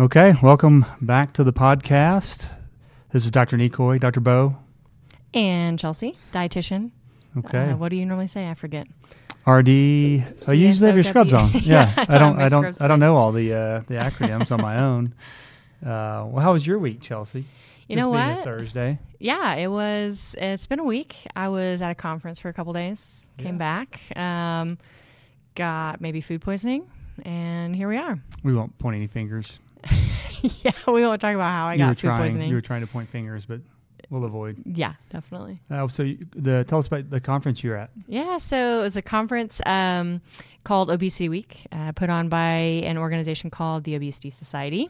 Okay, welcome back to the podcast. This is Dr. Nikoi, Dr. Bo. And Chelsea, dietitian. Okay, Uh, what do you normally say? I forget. RD. Oh, you usually have your scrubs on. CSOW. Yeah, Yeah, I don't. my I don't. scrubs I don't on. know all the uh, the acronyms on my own. Uh, well, how was your week, Chelsea? You This know being a what? Thursday. Yeah, it was. It's been a week. I was at a conference for a couple days. Came back, um, got maybe food poisoning, and here we are. We won't point any fingers. yeah, we won't talk about how I you were got food trying. poisoning. You were trying to point fingers, but we'll avoid. yeah, definitely. Uh, so, you, the tell us about the conference you're at. Yeah, so it was a conference um, called Obesity Week, uh, put on by an organization called the Obesity Society.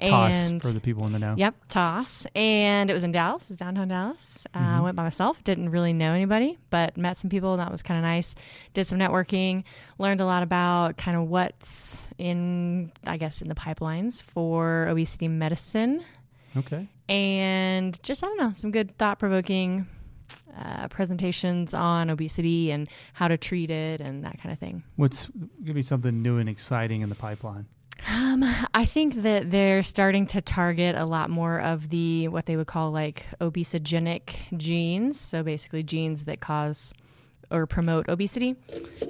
Toss for the people in the know. Yep, Toss. And it was in Dallas, it was downtown Dallas. Uh, I went by myself, didn't really know anybody, but met some people, and that was kind of nice. Did some networking, learned a lot about kind of what's in, I guess, in the pipelines for obesity medicine. Okay. And just, I don't know, some good thought provoking uh, presentations on obesity and how to treat it and that kind of thing. What's gonna be something new and exciting in the pipeline? Um, I think that they're starting to target a lot more of the what they would call like obesogenic genes. So basically, genes that cause or promote obesity.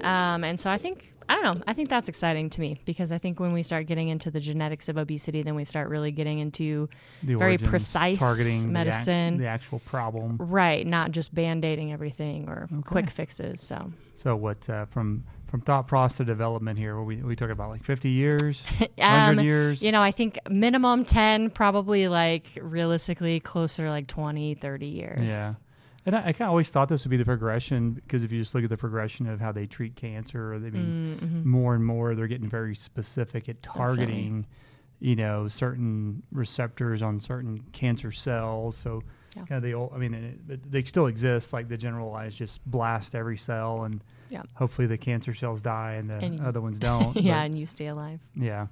Um, and so I think I don't know. I think that's exciting to me because I think when we start getting into the genetics of obesity, then we start really getting into The Very origins, precise targeting the ac- medicine. the actual problem. right, not just band aiding everything or quick fixes. So So what uh, from from thought process to development here? Are we we talking about like fifty years, Um, hundred years? You know, I think minimum 10, probably like realistically closer like 20, 30 years. yeah. And I, I kind of always thought this would be the progression because if you just look at the progression of how they treat cancer, or they mean Mm-hmm. more and more they're getting very specific at targeting, you know, certain receptors on certain cancer cells. So Yeah. kind of the old, I mean, it, it- they still exist. Like the generalized, just blast every cell, and Yeah. hopefully the cancer cells die and the And- other ones don't. but- yeah, and you stay alive. Yeah.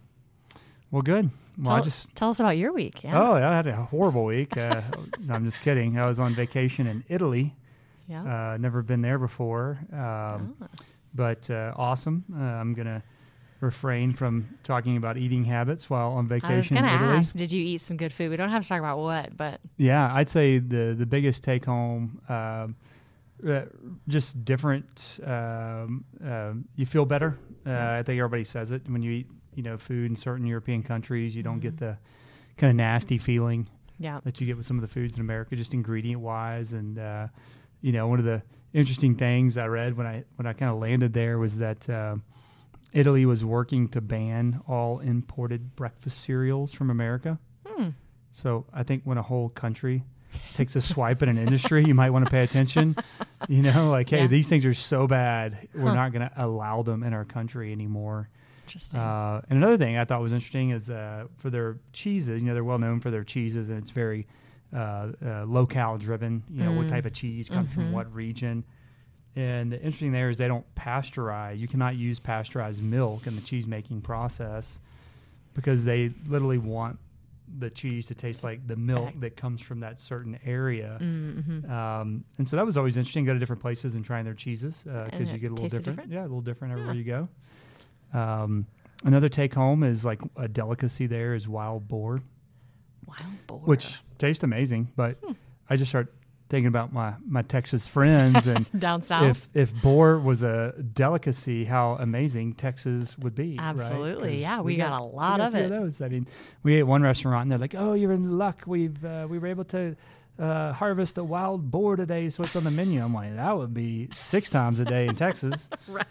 Well, good. Well, I tell, just. tell us about your week. Yeah. Oh, I had a horrible week. Uh, no, I'm just kidding. I was on vacation in Italy. yeah. Uh, never been there before, um, Ah. but uh, awesome. Uh, I'm gonna refrain from talking about eating habits while on I was vacation in gonna Italy. ask, did you eat some good food? We don't have to talk about what, but Yeah, I'd say the the biggest take home, um, uh, just different. Um, um you feel better. Uh, I think everybody says it when you eat, you know, food in certain European countries. You don't Mm-hmm. get the kind of nasty feeling yeah, that you get with some of the foods in America, just ingredient wise. And uh, you know, one of the interesting things I read when I when I kind of landed there was that um Italy was working to ban all imported breakfast cereals from America. Hmm. So I think when a whole country takes a swipe at an industry, you might want to pay attention. You know, like hey, Yeah. these things are so bad, we're Huh. not going to allow them in our country anymore. interesting. Uh, and another thing I thought was interesting is uh, for their cheeses. You know, they're well known for their cheeses, and it's very uh, uh, locale driven. You know, what type of cheese comes from what region. And the interesting there is they don't pasteurize. You cannot use pasteurized milk in the cheese making process because they literally want the cheese to taste like the milk that comes from that certain area. Mm-hmm. Um, and so that was always interesting. Go to different places and trying their cheeses because And you it get a little tasted different. different? Yeah, a little different everywhere you go. Um, another take home is like a delicacy there is wild boar, Wild boar. which tastes amazing. But Hmm. I just start thinking about my my Texas friends and down south? if if boar was a delicacy, how amazing Texas would be. right? Absolutely. 'Cause Yeah, we got a lot we got of a few it. those. I mean, we ate one restaurant and they're like, "Oh, you're in luck. We've uh, we were able to." Uh, harvest a wild boar today, so it's on the menu. I'm like, that would be six times a day in Texas, right.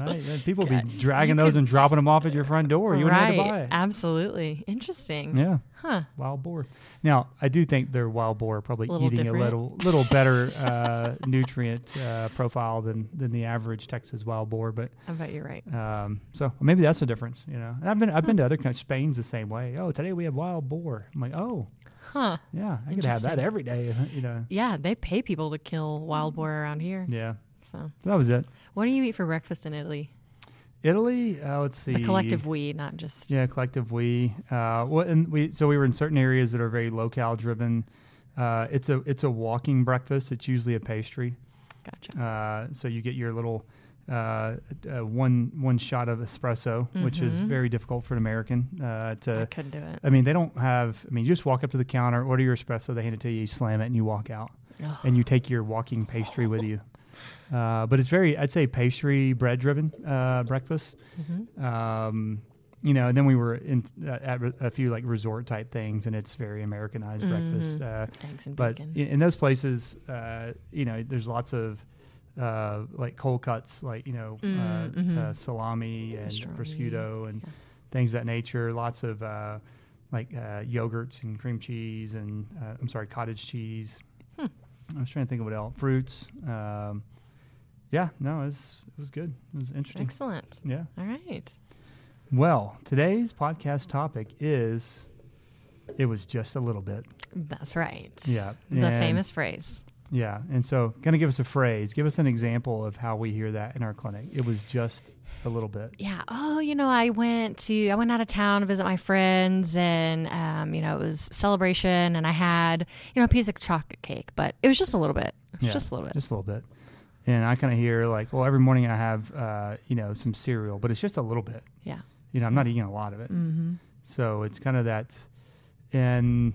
right? And people would be dragging those and dropping them off at your front door. You wouldn't have to buy right. it. Absolutely. Interesting. Yeah, Huh. wild boar. Now, I do think their wild boar are probably Little eating a different. little little better uh, nutrient uh, profile than than the average Texas wild boar, but I bet you're right. um, so maybe that's the difference, you know. And I've been I've been to other countries. Spain's the same way. Oh, today we have wild boar. I'm like, oh, Huh. yeah, I could have that Interesting. every day, you know. Yeah, they pay people to kill wild boar around here. Yeah, So, so that was it. what do you eat for breakfast in Italy? Italy. Uh, let's see. The collective we, not just Yeah, collective we. Uh, well, and we so we were in certain areas that are very locale driven. Uh, it's a it's a walking breakfast. It's usually a pastry. gotcha. Uh, so you get your little uh, uh, one one shot of espresso, which is Mhm. very difficult for an American uh, I to. couldn't do it. I mean, they don't have. I mean, you just walk up to the counter, order your espresso, they hand it to you, you slam it, and you walk out, Ugh. and you take your walking pastry with you. Uh, but it's very, I'd say, pastry bread driven uh, breakfast. Mhm. Um, you know, and then we were in uh, at re- a few like resort type things, and it's very Americanized breakfast. Uh, Eggs and but bacon. in, in those places, uh, you know, there's lots of uh, like cold cuts, like you know, Mm, uh, mhm. uh, salami and Pastrami, prosciutto and yeah. things of that nature. Lots of uh, like uh, yogurts and cream cheese and uh, I'm sorry, cottage cheese. Hmm. I was trying to think of what else. Fruits. Um, yeah, no, it was it was good. It was interesting. Excellent. Yeah. All right. Well, today's podcast topic is it was just a little bit. That's right. Yeah, The and- famous phrase. Yeah. And so, kind of give us a phrase, give us an example of how we hear that in our clinic. It was just a little bit. Yeah. Oh, you know, I went to I went out of town to visit my friends, and um, you know, it was celebration, and I had you know a piece of chocolate cake, but it was just a little bit. It was Yeah, Just a little bit. Just a little bit. And I kind of hear like, well, every morning I have, uh, you know, some cereal, but it's just a little bit. yeah. You know, I'm not eating a lot of it. Mm-hmm. So it's kind of that. And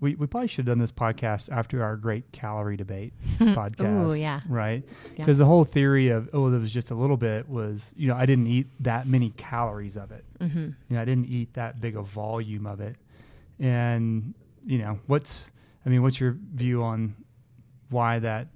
we, we probably should have done this podcast after our great calorie debate podcast. Ooh, yeah. Right? Yeah. Because the whole theory of, oh, there was just a little bit was, you know, I didn't eat that many calories of it. Mm-hmm. You know, I didn't eat that big a volume of it. And, you know, what's, I mean, what's your view on why that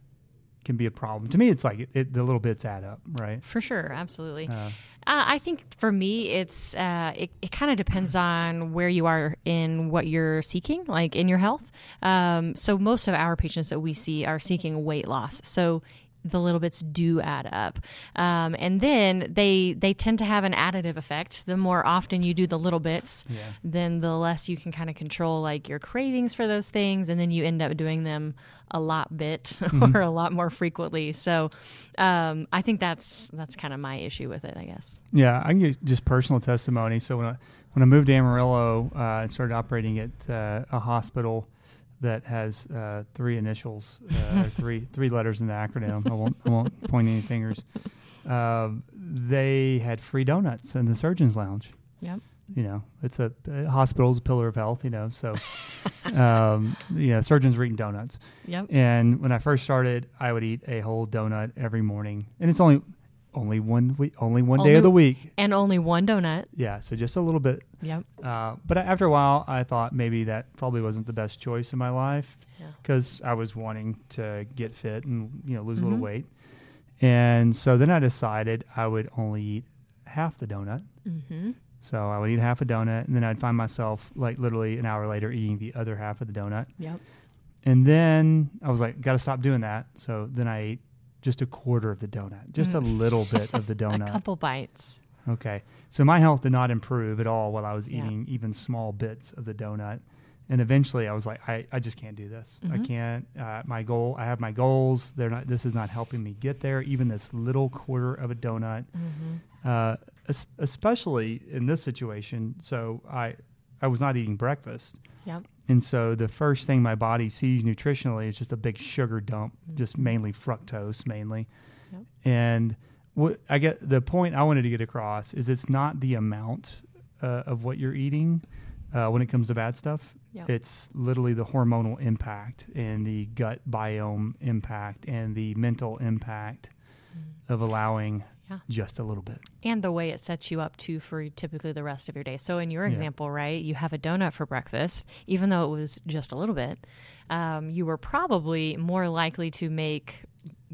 can be a problem? To me, it's like it, it, the little bits add up, right? For sure, absolutely. Uh, Uh, I think for me, it's uh, it, it kind of depends on where you are in what you're seeking, like in your health. Um, so most of our patients that we see are seeking weight loss. So the little bits do add up, um, and then they they tend to have an additive effect. The more often you do the little bits, Yeah. then the less you can kind of control like your cravings for those things, and then you end up doing them a lot bit or a lot more frequently. So um, I think that's that's kind of my issue with it, I guess. Yeah, I can get just personal testimony. So when I when I moved to Amarillo uh, and started operating at uh, a hospital that has uh, three initials, uh, or three three letters in the acronym. I won't I won't point any fingers. Um, they had free donuts in the surgeons' lounge. Yep. You know, it's a uh, hospital's a pillar of health. You know, so um, yeah, surgeons were eating donuts. Yep. And when I first started, I would eat a whole donut every morning, and it's only only one week, only one day Only- of the week. And only one donut. Yeah, so just a little bit. Yep. Uh, but after a while, I thought maybe that probably wasn't the best choice in my life Yeah. because I was wanting to get fit and you know lose a Mhm. little weight. And so then I decided I would only eat half the donut. Mm-hmm. So I would eat half a donut, and then I'd find myself like literally an hour later eating the other half of the donut. Yep. And then I was like, got to stop doing that. So then I ate just a quarter of the donut, just a little bit of the A donut. couple bites. Okay. So my health did not improve at all while I was Yeah. eating even small bits of the donut. And eventually I was like, I, I just can't do this. I Mhm. can't. Uh, my goal, I have my goals. They're not, this is not helping me get there. Even this little quarter of a donut, Mm-hmm. uh, es- especially in this situation. So I, I was not eating breakfast. Yep. And so the first thing my body sees nutritionally is just a big sugar dump, just mainly fructose, mainly. Yep. And what I get the point I wanted to get across is it's not the amount uh, of what you're eating uh, when it comes to bad stuff. Yep. It's literally the hormonal impact and the gut biome impact and the mental impact of allowing Mm. Yeah. just a little bit. And the way it sets you up too for typically the rest of your day. So in your Yeah. example, right, you have a donut for breakfast, even though it was just a little bit. Um, you were probably more likely to make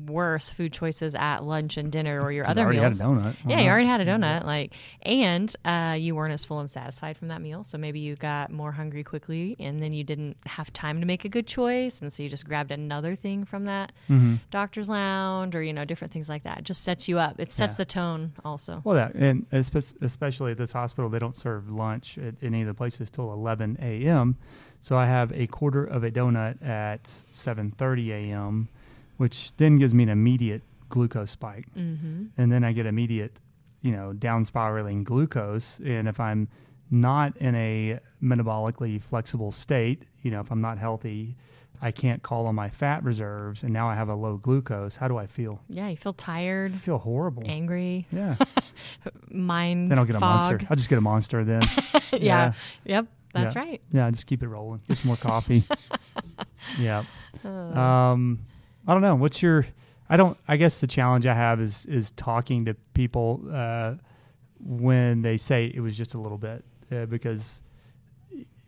worse food choices at lunch and dinner or your 'Cause other I already meals. had a donut. Uh-huh. Mm-hmm. Why Yeah, you not? already had a donut, like, and uh, you weren't as full and satisfied from that meal. So maybe you got more hungry quickly, and then you didn't have time to make a good choice, and so you just grabbed another thing from that Mm-hmm. doctor's lounge, or you know, different things like that. It just sets you up. It sets Yeah. the tone, also. Well, that and espe- especially at this hospital, they don't serve lunch at any of the places till 11 a.m. So I have a quarter of a donut at 7:30 a.m., which then gives me an immediate glucose spike, Mm-hmm. and then I get immediate, you know, down spiraling glucose. And if I'm not in a metabolically flexible state, you know, if I'm not healthy, I can't call on my fat reserves, and now I have a low glucose. How do I feel? Yeah, you feel I tired, feel horrible. angry, Yeah. mind Then I'll get a fog. monster. I'll just get a monster then. yeah. Yeah. Yep. That's Yeah. right. yeah, just keep it rolling. Get some more coffee. yeah. Um, I don't know. What's your? I don't. I guess the challenge I have is is talking to people uh, when they say it was just a little bit uh, because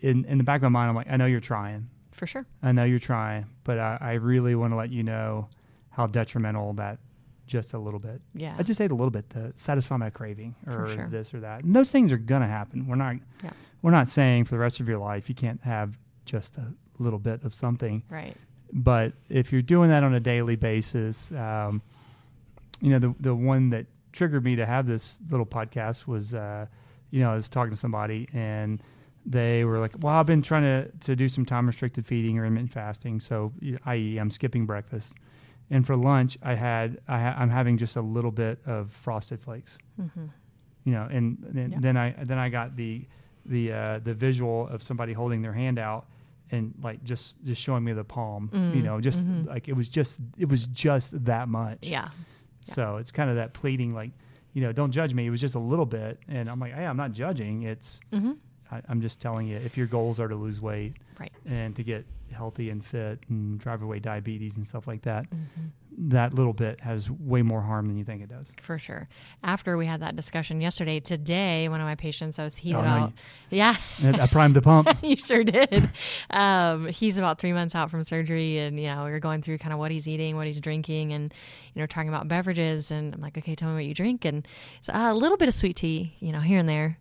in in the back of my mind I'm like I know you're trying. For sure. I know you're trying, but I, I really want to let you know how detrimental that just a little bit. Yeah. I just ate a little bit to satisfy my craving For or sure. this or that. And those things are gonna happen. We're not Yeah. we're not saying for the rest of your life you can't have just a little bit of something. right. But if you're doing that on a daily basis, um, you know the the one that triggered me to have this little podcast was, uh, you know, I was talking to somebody and they were like, "Well, I've been trying to to do some time restricted feeding or intermittent fasting, so you- i.e., I'm skipping breakfast." And for lunch, I had I ha- I'm having just a little bit of frosted flakes Mm-hmm. you know, and then, Yeah. then I then I got the the uh, the visual of somebody holding their hand out and like just just showing me the palm, you Mm, know, just mhm. like it was just it was just that much. Yeah. yeah. So it's kind of that pleading, like you know, don't judge me. It was just a little bit, and I'm like, hey, I'm not judging. It's Mm-hmm. I, I'm just telling you, if your goals are to lose weight Right. and to get healthy and fit and drive away diabetes and stuff like that, Mm-hmm. that little bit has way more harm than you think it does. For sure. After we had that discussion yesterday, today one of my patients, I was he's Oh, no, about yeah, And I primed the pump. you sure did. Um, he's about three months out from surgery, and you know we were going through kind of what he's eating, what he's drinking, and you know talking about beverages. And I'm like, okay, tell me what you drink, and it's uh, a little bit of sweet tea, you know, here and there,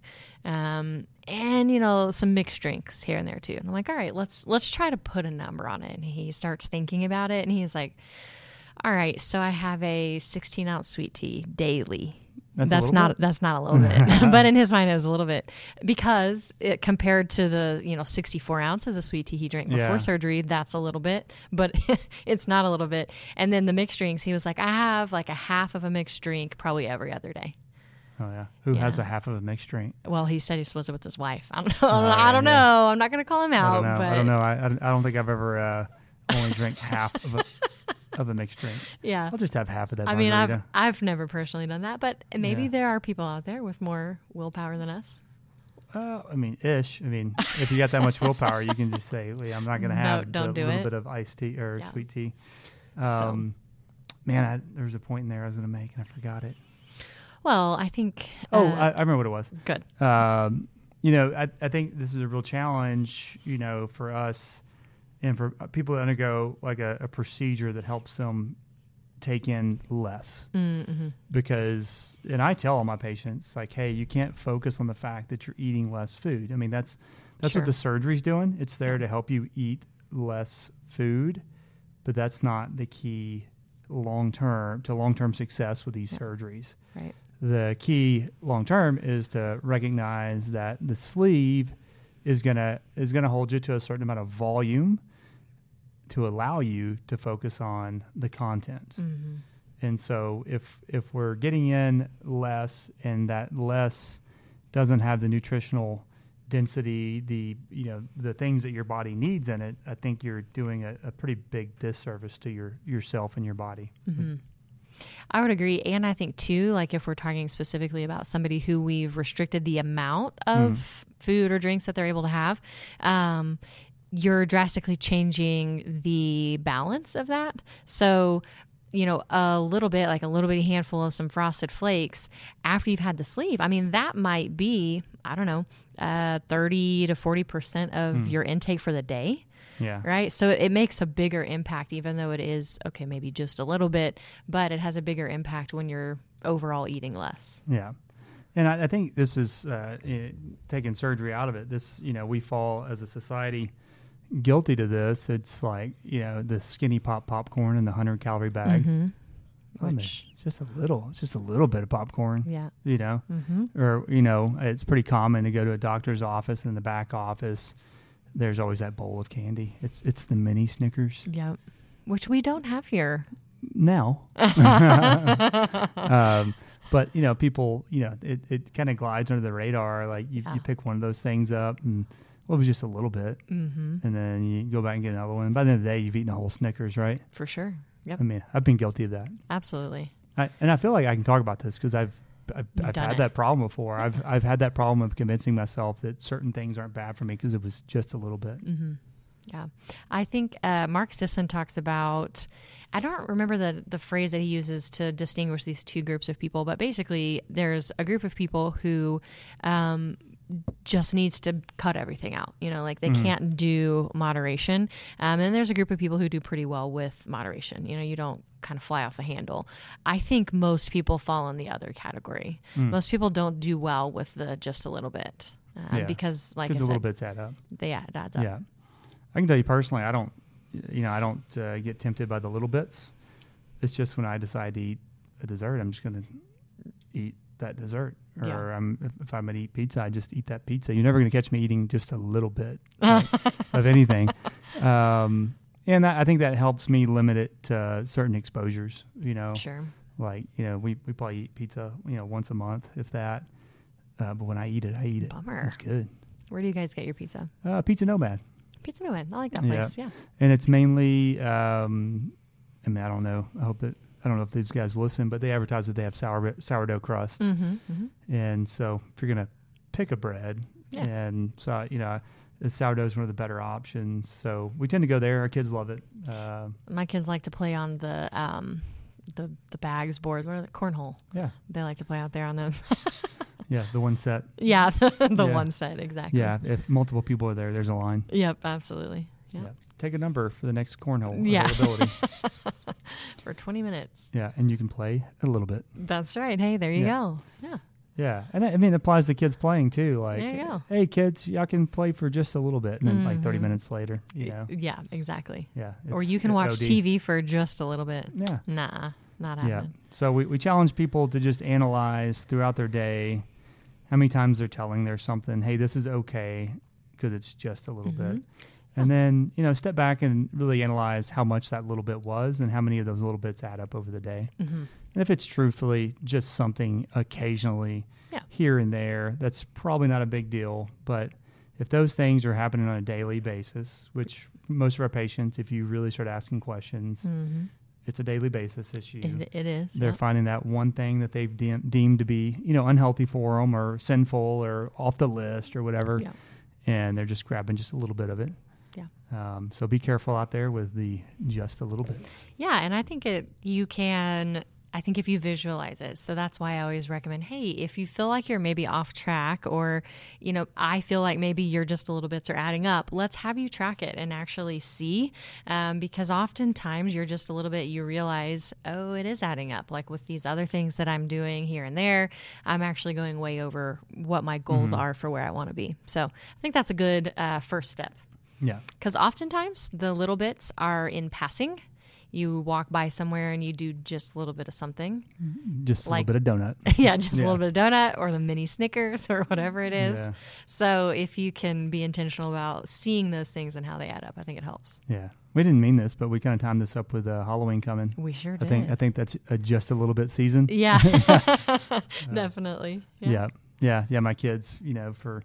um, and you know some mixed drinks here and there too. And I'm like, all right, let's let's try to put a number on it. And he starts thinking about it, and he's like, all right, so I have a 16 ounce sweet tea daily. That's a That's, little not bit. that's not a little bit, but in his mind it was a little bit because it compared to the you know 64 ounces of sweet tea he drank before Yeah. surgery. That's a little bit, but it's not a little bit. And then the mixed drinks, he was like, I have like a half of a mixed drink probably every other day. Oh yeah, who has Yeah. a half of a mixed drink? Well, he said he was with his wife. I don't know. yeah, I don't Oh, yeah. know. I'm not going to call him I out, don't know. but I don't know. I, I don't- I don't think I've ever uh, only drank half of a of a mixed drink. yeah. I'll just have half of that. I mean, I've margarita. I've never personally done that, but maybe Yeah. there are people out there with more willpower than us. Uh, I mean, ish. I mean, if you got that much willpower, you can just say, well, "I'm not going to No, have don't the do little it. bit of iced tea or Yeah. sweet tea." So- Um, Man, I, there was a point in there I was going to make and I forgot it. Well, I think. Oh, uh, I, I remember what it was. good. um, you know, I, I think this is a real challenge, you know, for us and for uh, people that undergo like a, a procedure that helps them take in less. Mm-hmm. Because, and I tell all my patients, like, hey, you can't focus on the fact that you're eating less food. I mean, that's that's Sure. what the surgery's doing. It's there to help you eat less food, but that's not the key long term to long term success with these Yeah. surgeries Right. the key long term is to recognize that the sleeve is gonna is gonna hold you to a certain amount of volume to allow you to focus on the content. Mm-hmm. And so if if we're getting in less and that less doesn't have the nutritional density, the you know, the things that your body needs in it, I think you're doing a, a pretty big disservice to your yourself and your body. I would agree, and I think too, like if we're talking specifically about somebody who we've restricted the amount of food or drinks that they're able to have, um, you're drastically changing the balance of that. So. You know, a little bit, like a little bitty handful of some frosted flakes after you've had the sleeve. I mean, that might be, I don't know, uh, 30 to 40% of your intake for the day Yeah. right? So it makes a bigger impact, even though it is, okay, maybe just a little bit, but it has a bigger impact when you're overall eating less. Yeah. And I, I think this is uh, i- taking surgery out of it. This, you know, we fall as a society guilty to this. It's like, you know, the skinny pop popcorn and the 100 calorie bag. I mean, Mm-hmm. Which- it's just a little, it's just a little bit of popcorn, Yeah. you know, Mm-hmm. or, you know, it's pretty common to go to a doctor's office and in the back office. There's always that bowl of candy. It's it's the mini Snickers Yep. Which we don't have here. now, um, but you know, people, you know, it, it kind of glides under the radar. Like you, Yeah. you pick one of those things up, and Well, it was just a little bit, Mm-hmm. and then you go back and get another one. By the end of the day, you've eaten a whole Snickers, right? For sure. Yep. I mean, I've been guilty of that, Absolutely. I, and I feel like I can talk about this because I've I've, You've I've done had it. that problem before. I've I've had that problem of convincing myself that certain things aren't bad for me because it was just a little bit. Mm-hmm. Yeah. I think uh, Mark Sisson talks about, I don't remember the, the phrase that he uses to distinguish these two groups of people, but basically, there's a group of people who um, just needs to cut everything out. You know, like they Mm-hmm. can't do moderation. Um, and there's a group of people who do pretty well with moderation. You know, you don't kind of fly off the handle. I think most people fall in the other category. Mm. Most people don't do well with the just a little bit. Uh, Yeah. Because, like I Because a little said, bits add up. they, yeah, it adds up. Yeah, I can tell you personally, I don't, you know, I don't uh, get tempted by the little bits. It's just when I decide to eat a dessert, I'm just going to eat that dessert. Or Yeah. I'm, if, if I'm going to eat pizza, I just eat that pizza. You're never going to catch me eating just a little bit like, of anything. Um, and I I think that helps me limit it to certain exposures. You know, Sure. like you know, we, we probably eat pizza, you know, once a month, if that. Uh, but when I eat it, I eat it. Bummer. It's good. Where do you guys get your pizza? Uh, pizza Nomad. Pizza Nomad. I like that Yeah. place. Yeah. and it's mainly um, I mean I don't know I hope that I don't know if these guys listen but they advertise that they have sour, sourdough crust Mm-hmm. hmm and so if you're gonna pick a bread Yeah. and so you know the sourdough is one of the better options so we tend to go there our kids love it uh, My kids like to play on the um, the the bags boards. What are the cornhole? yeah They like to play out there on those. yeah the one set yeah, the, the Yeah. one set exactly. yeah if multiple people are there there's a line Yep. Absolutely. Yeah. take a number for the next cornhole Yeah. availability For twenty minutes. yeah and you can play a little bit That's right. Hey, there you Yeah. go. Yeah. Yeah, and I I mean, it applies to kids playing too. Like, you go. hey, kids, y'all can play for just a little bit, and then like thirty Mhm. minutes later, you know, Yeah. Exactly. yeah. or it's- you can it- watch OD. TV for just a little bit. Yeah, Nah, not yeah. happening. So we, we challenge people to just analyze throughout their day how many times they're telling their something, hey, this is okay, because it's just a little Mm-hmm. bit, and then you know, step back and really analyze how much that little bit was, and how many of those little bits add up over the day. hmm And if it's truthfully just something occasionally Yeah. here and there, that's probably not a big deal. But if those things are happening on a daily basis, which most of our patients, if you really start asking questions, hmm it's a daily basis issue. It, it is. They're Yep. finding that one thing that they've de- deemed to be, you know, unhealthy for them or sinful or off the list or whatever, Yeah. and they're just grabbing just a little bit of it. Yeah. Um, so be careful out there with the just a little bit. Yeah, and I think it you can I think if you visualize it. So that's why I always recommend, hey, if you feel like you're maybe off track or, you know, I feel like maybe you're just a little bits are adding up, let's have you track it and actually see. Um, because oftentimes you're just a little bit, you realize, oh, it is adding up. Like with these other things that I'm doing here and there, I'm actually going way over what my goals are for where I want to be. So I think that's a good uh, first step. Yeah. Because oftentimes the little bits are in passing. You walk by somewhere and you do just a little bit of something. Just a Like- little bit of donut. yeah, just Yeah. a little bit of donut or the mini Snickers or whatever it is. Yeah. So if you can be intentional about seeing those things and how they add up, I think it helps. Yeah, we didn't mean this, but we kind of timed this up with uh, Halloween coming. We sure I did. think I think that's uh, just a little bit season. yeah, definitely. Yeah. yeah, yeah, My kids, you know, for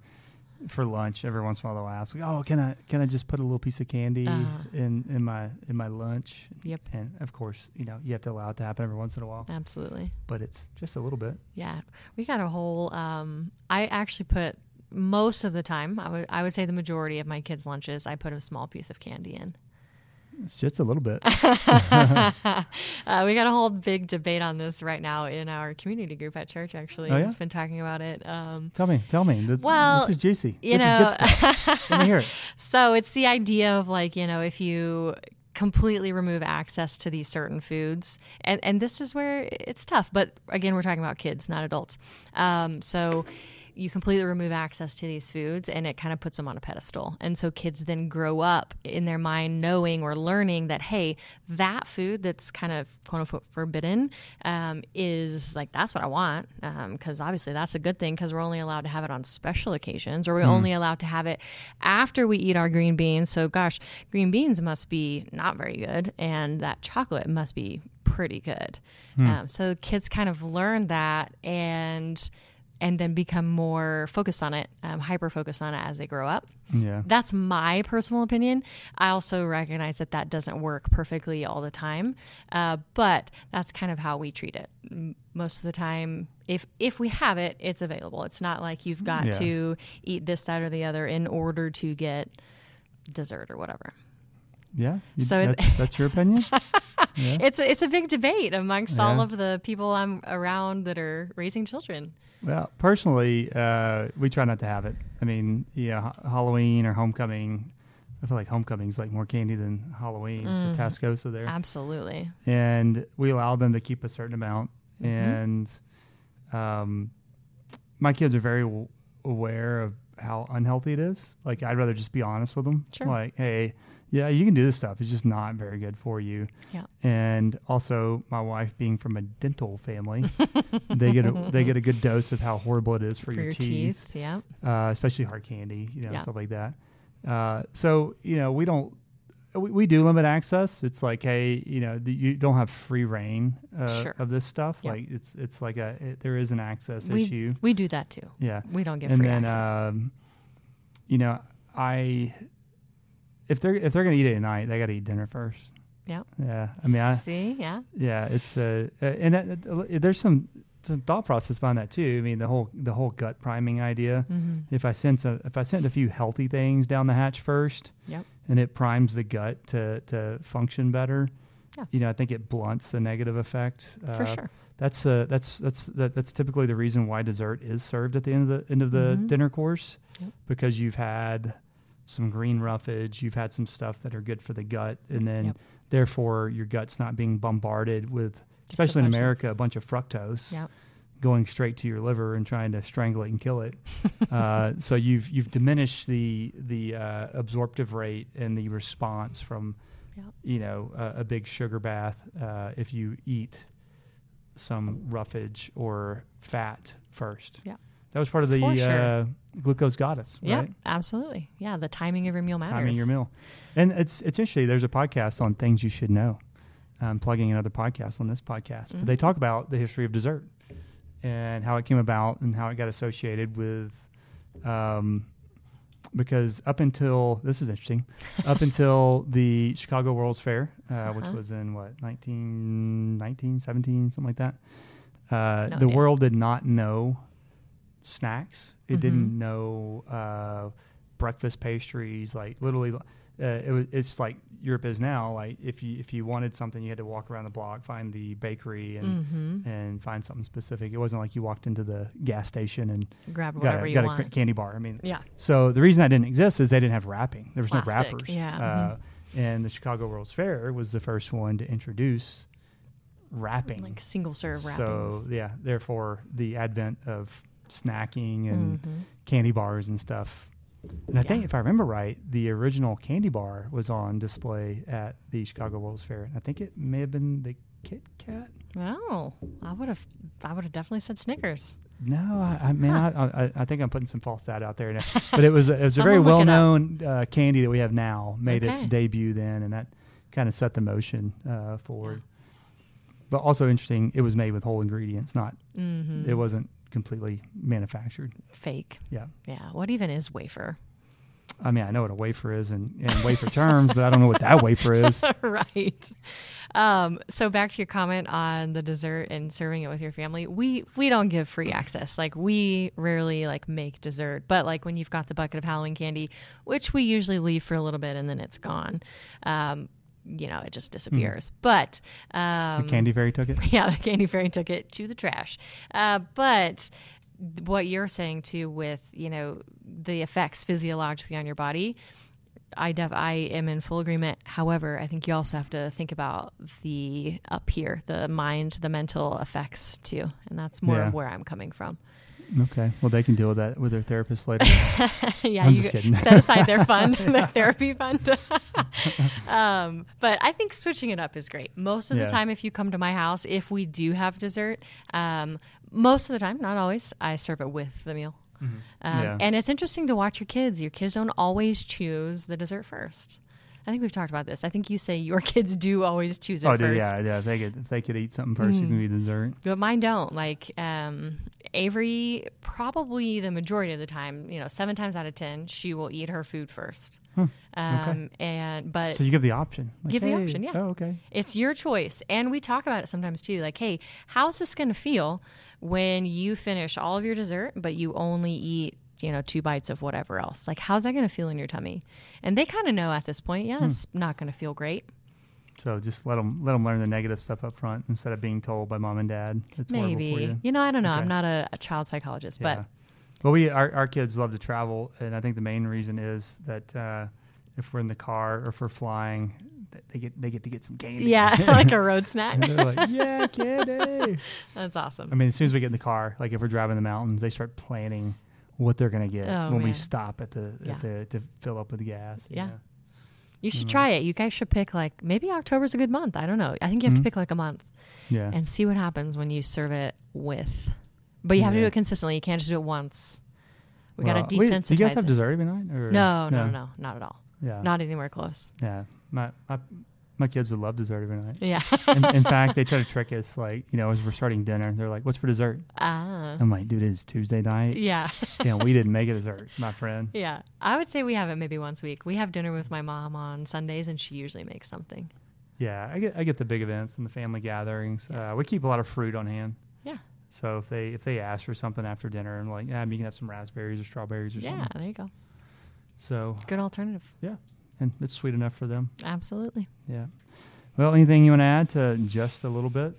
for lunch, every once in a while they'll ask, like, "Oh, can I can I just put a little piece of candy Uh-huh. in in my in my lunch?" Yep. And of course, you know, you have to allow it to happen every once in a while, Absolutely. but it's just a little bit. Yeah, we got a whole. Um, I actually put most of the time. I would I would say the majority of my kids' lunches, I put a small piece of candy in. It's just a little bit. Uh, we got a whole big debate on this right now in our community group at church. Actually, Oh, yeah? we've been talking about it. Um, tell me, tell me. This, Well, this is juicy. you this know- is good stuff. Let me hear it. so it's the idea of like you know if you completely remove access to these certain foods, and and this is where it's tough. But again, we're talking about kids, not adults. Um, so. You completely remove access to these foods and it kind of puts them on a pedestal. And so kids then grow up in their mind knowing or learning that, hey, that food that's kind of quote unquote forbidden um, is like, that's what I want. Because obviously that's a good thing because we're only allowed to have it on special occasions or we're only allowed to have it after we eat our green beans. So, gosh, green beans must be not very good. And that chocolate must be pretty good. Um, so, kids kind of learn that. And and then become more focused on it, um, hyper focused on it as they grow up. Yeah. That's my personal opinion. I also recognize that that doesn't work perfectly all the time, uh, but that's kind of how we treat it. M- Most of the time, if if we have it, it's available. It's not like you've got Yeah. to eat this, that, or the other in order to get dessert or whatever. Yeah. You- So it's- that's, that's your opinion? Yeah. It's a, it's a big debate amongst all Yeah. of the people I'm around that are raising children. Well, personally, uh, we try not to have it. I mean, yeah, Ha- Halloween or homecoming. I feel like homecoming's like more candy than Halloween for Tascosa there. Absolutely. and we allow them to keep a certain amount. And um, my kids are very w- aware of how unhealthy it is. Like, I'd rather just be honest with them. Sure. Like, hey, yeah, you can do this stuff. It's just not very good for you. Yeah. And also, my wife being from a dental family, they get a, they get a good dose of how horrible it is for, your, teeth Yeah. uh, especially hard candy, you know, Yeah. stuff like that. Uh, so you know, we don't. We, we do limit access. It's like, hey, you know, th- you don't have free reign uh, Sure. of this stuff. Yeah. Like, it's it's like a it, there is an access issue. We, we do that too. Yeah, We don't get and free then access. um, you know, I if they're if they're gonna eat it at night, they got to eat dinner first. Yeah. Yeah, I mean, I, see, yeah, yeah, it's uh, uh, and that, uh, there's some some thought process behind that too. I mean, the whole the whole gut priming idea hmm if I sense a, if I send a few healthy things down the hatch first, Yep. and it primes the gut to to function better. Yeah. You know, I think it blunts the negative effect. for sure. That's uh, that's that's that, that's typically the reason why dessert is served at the end of the end of the Mhm. dinner course, Yep. because you've had some green roughage, you've had some stuff that are good for the gut, and then Yep. therefore your gut's not being bombarded with, Just a especially in bunch of- America, a bunch of fructose Yep. going straight to your liver and trying to strangle it and kill it. uh, so you've you've diminished the the uh, absorptive rate and the response from Yeah. you know a, a big sugar bath uh, if you eat some roughage or fat first. Yeah. that was part of the For sure. uh, glucose goddess. Yep, right? absolutely. Yeah, the timing of your meal matters. timing your meal. And it's it's interesting. There's a podcast on things you should know. I'm plugging another podcast on this podcast, Mm-hmm. but they talk about the history of dessert and how it came about and how it got associated with. Um, because up until this is interesting, up until the Chicago World's Fair, uh, which Uh-huh. was in what 19, 19, 17, something like that, uh, No the idea. world did not know snacks. It Mhm. didn't know uh, breakfast pastries. Like literally, uh, it was. It's like Europe is now. Like if you if you wanted something, you had to walk around the block, find the bakery, and Mm-hmm. and find something specific. It wasn't like you walked into the gas station and Grab got whatever a, you got a want. cr- candy bar. I mean, yeah, so the reason that didn't exist is they didn't have wrapping. There was no Plastic, wrappers. yeah, mm-hmm. Uh, And the Chicago World's Fair was the first one to introduce wrapping. like single serve So wrappings. yeah, therefore the advent of snacking and Mhm. candy bars and stuff. And I Yeah. think if I remember right, the original candy bar was on display at the Chicago World's Fair. And I think it may have been the Kit Kat. Oh, I would have, I would have definitely said Snickers. No, I, I mean I, I, I think I'm putting some false data out there, now. but it was a, it was a very Someone look it up. well-known uh, candy that we have now made its Okay. debut then, and that kind of set the motion uh, Yeah. forward. But also interesting, it was made with whole ingredients, not Mm-hmm. it wasn't completely manufactured. fake. Yeah. Yeah. What even is wafer? I mean, I know what a wafer is in, in wafer terms, but I don't know what that wafer is. right. Um, so back to your comment on the dessert and serving it with your family. We we don't give free access. Like we rarely like make dessert, but like when you've got the bucket of Halloween candy, which we usually leave for a little bit and then it's gone. Um, you know, it just disappears. But um, Candy Fairy took it. yeah, the candy fairy took it to the trash. Uh, but what you're saying too, with you know the effects physiologically on your body, I def- I am in full agreement. However, I think you also have to think about the up here, the mind, the mental effects too, and that's more Yeah. of where I'm coming from. Okay, well they can deal with that with their therapist later. yeah, I'm you just kidding. set aside their fund, their therapy fund. um, but I think switching it up is great. Most of Yeah. the time, if you come to my house, if we do have dessert, um, most of the time, not always, I serve it with the meal. Um, Mm-hmm. Yeah. And it's interesting to watch your kids. Your kids don't always choose the dessert first. I think we've talked about this. I think you say your kids do always choose it oh, first Hmm. dude, yeah, yeah. If they could, if they could eat something first, it can be dessert. but mine don't like um Avery, probably the majority of the time, you know, seven times out of ten, she will eat her food first. Hmm, Um, And but So you give the option. Like, Give the "Hey, option, yeah. Oh, okay. it's your choice. And we talk about it sometimes too. Like, hey, how's this going to feel when you finish all of your dessert, but you only eat, you know, two bites of whatever else? Like, how's that going to feel in your tummy? And they kind of know at this point, Hmm. yeah, it's not going to feel great. So just let them learn the negative stuff up front instead of being told by mom and dad. It's horrible for Maybe. you. You know, I don't know. Okay. I'm not a, a child psychologist, Yeah. but Well, we our, our kids love to travel, and I think the main reason is that uh, if we're in the car or if we're flying, th- they get they get to get some candy. yeah, like a road And snack. they're like, yeah, candy. That's awesome. I mean, as soon as we get in the car, like if we're driving the mountains, they start planning what they're gonna get Oh, when we man. stop at the, Yeah. at the to fill up with gas. you Yeah. know. You Mm-hmm. should try it. You guys should pick like maybe October's a good month. I don't know. I think you have Mhm. to pick like a month yeah, and see what happens when you serve it with. But you have to do Yeah. it consistently. You can't just do it once. We got Well, to wait, desensitize Do you guys have it. dessert every night? Or? no, no, no, no, not at all. Yeah, Not anywhere close. yeah. My, my my kids would love dessert every night. Yeah. in, in fact, they try to trick us. Like, you know, as we're starting dinner, they're like, "What's for dessert?" Ah. I'm like, "Dude, it's Tuesday night, yeah. and we didn't make a dessert, my friend." Yeah. I would say we have it maybe once a week. We have dinner with my mom on Sundays, and she usually makes something. Yeah, I get I get the big events and the family gatherings. Uh, we keep a lot of fruit on hand. Yeah. So if they if they ask for something after dinner, I'm like, "Yeah, you can have some raspberries or strawberries or Yeah. something." There you go. So Good alternative. and it's sweet enough for them. Absolutely. Yeah. Well, anything you want to add to just a little bit?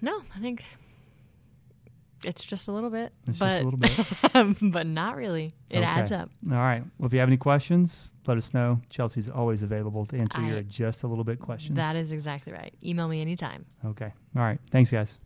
No, I think it's just a little bit, It's but just a little bit. but not really. It adds Okay. up. All right. Well, if you have any questions, let us know. Chelsea's always available to answer I- your just a little bit questions. That is exactly right. Email me anytime. Okay. All right. Thanks, guys.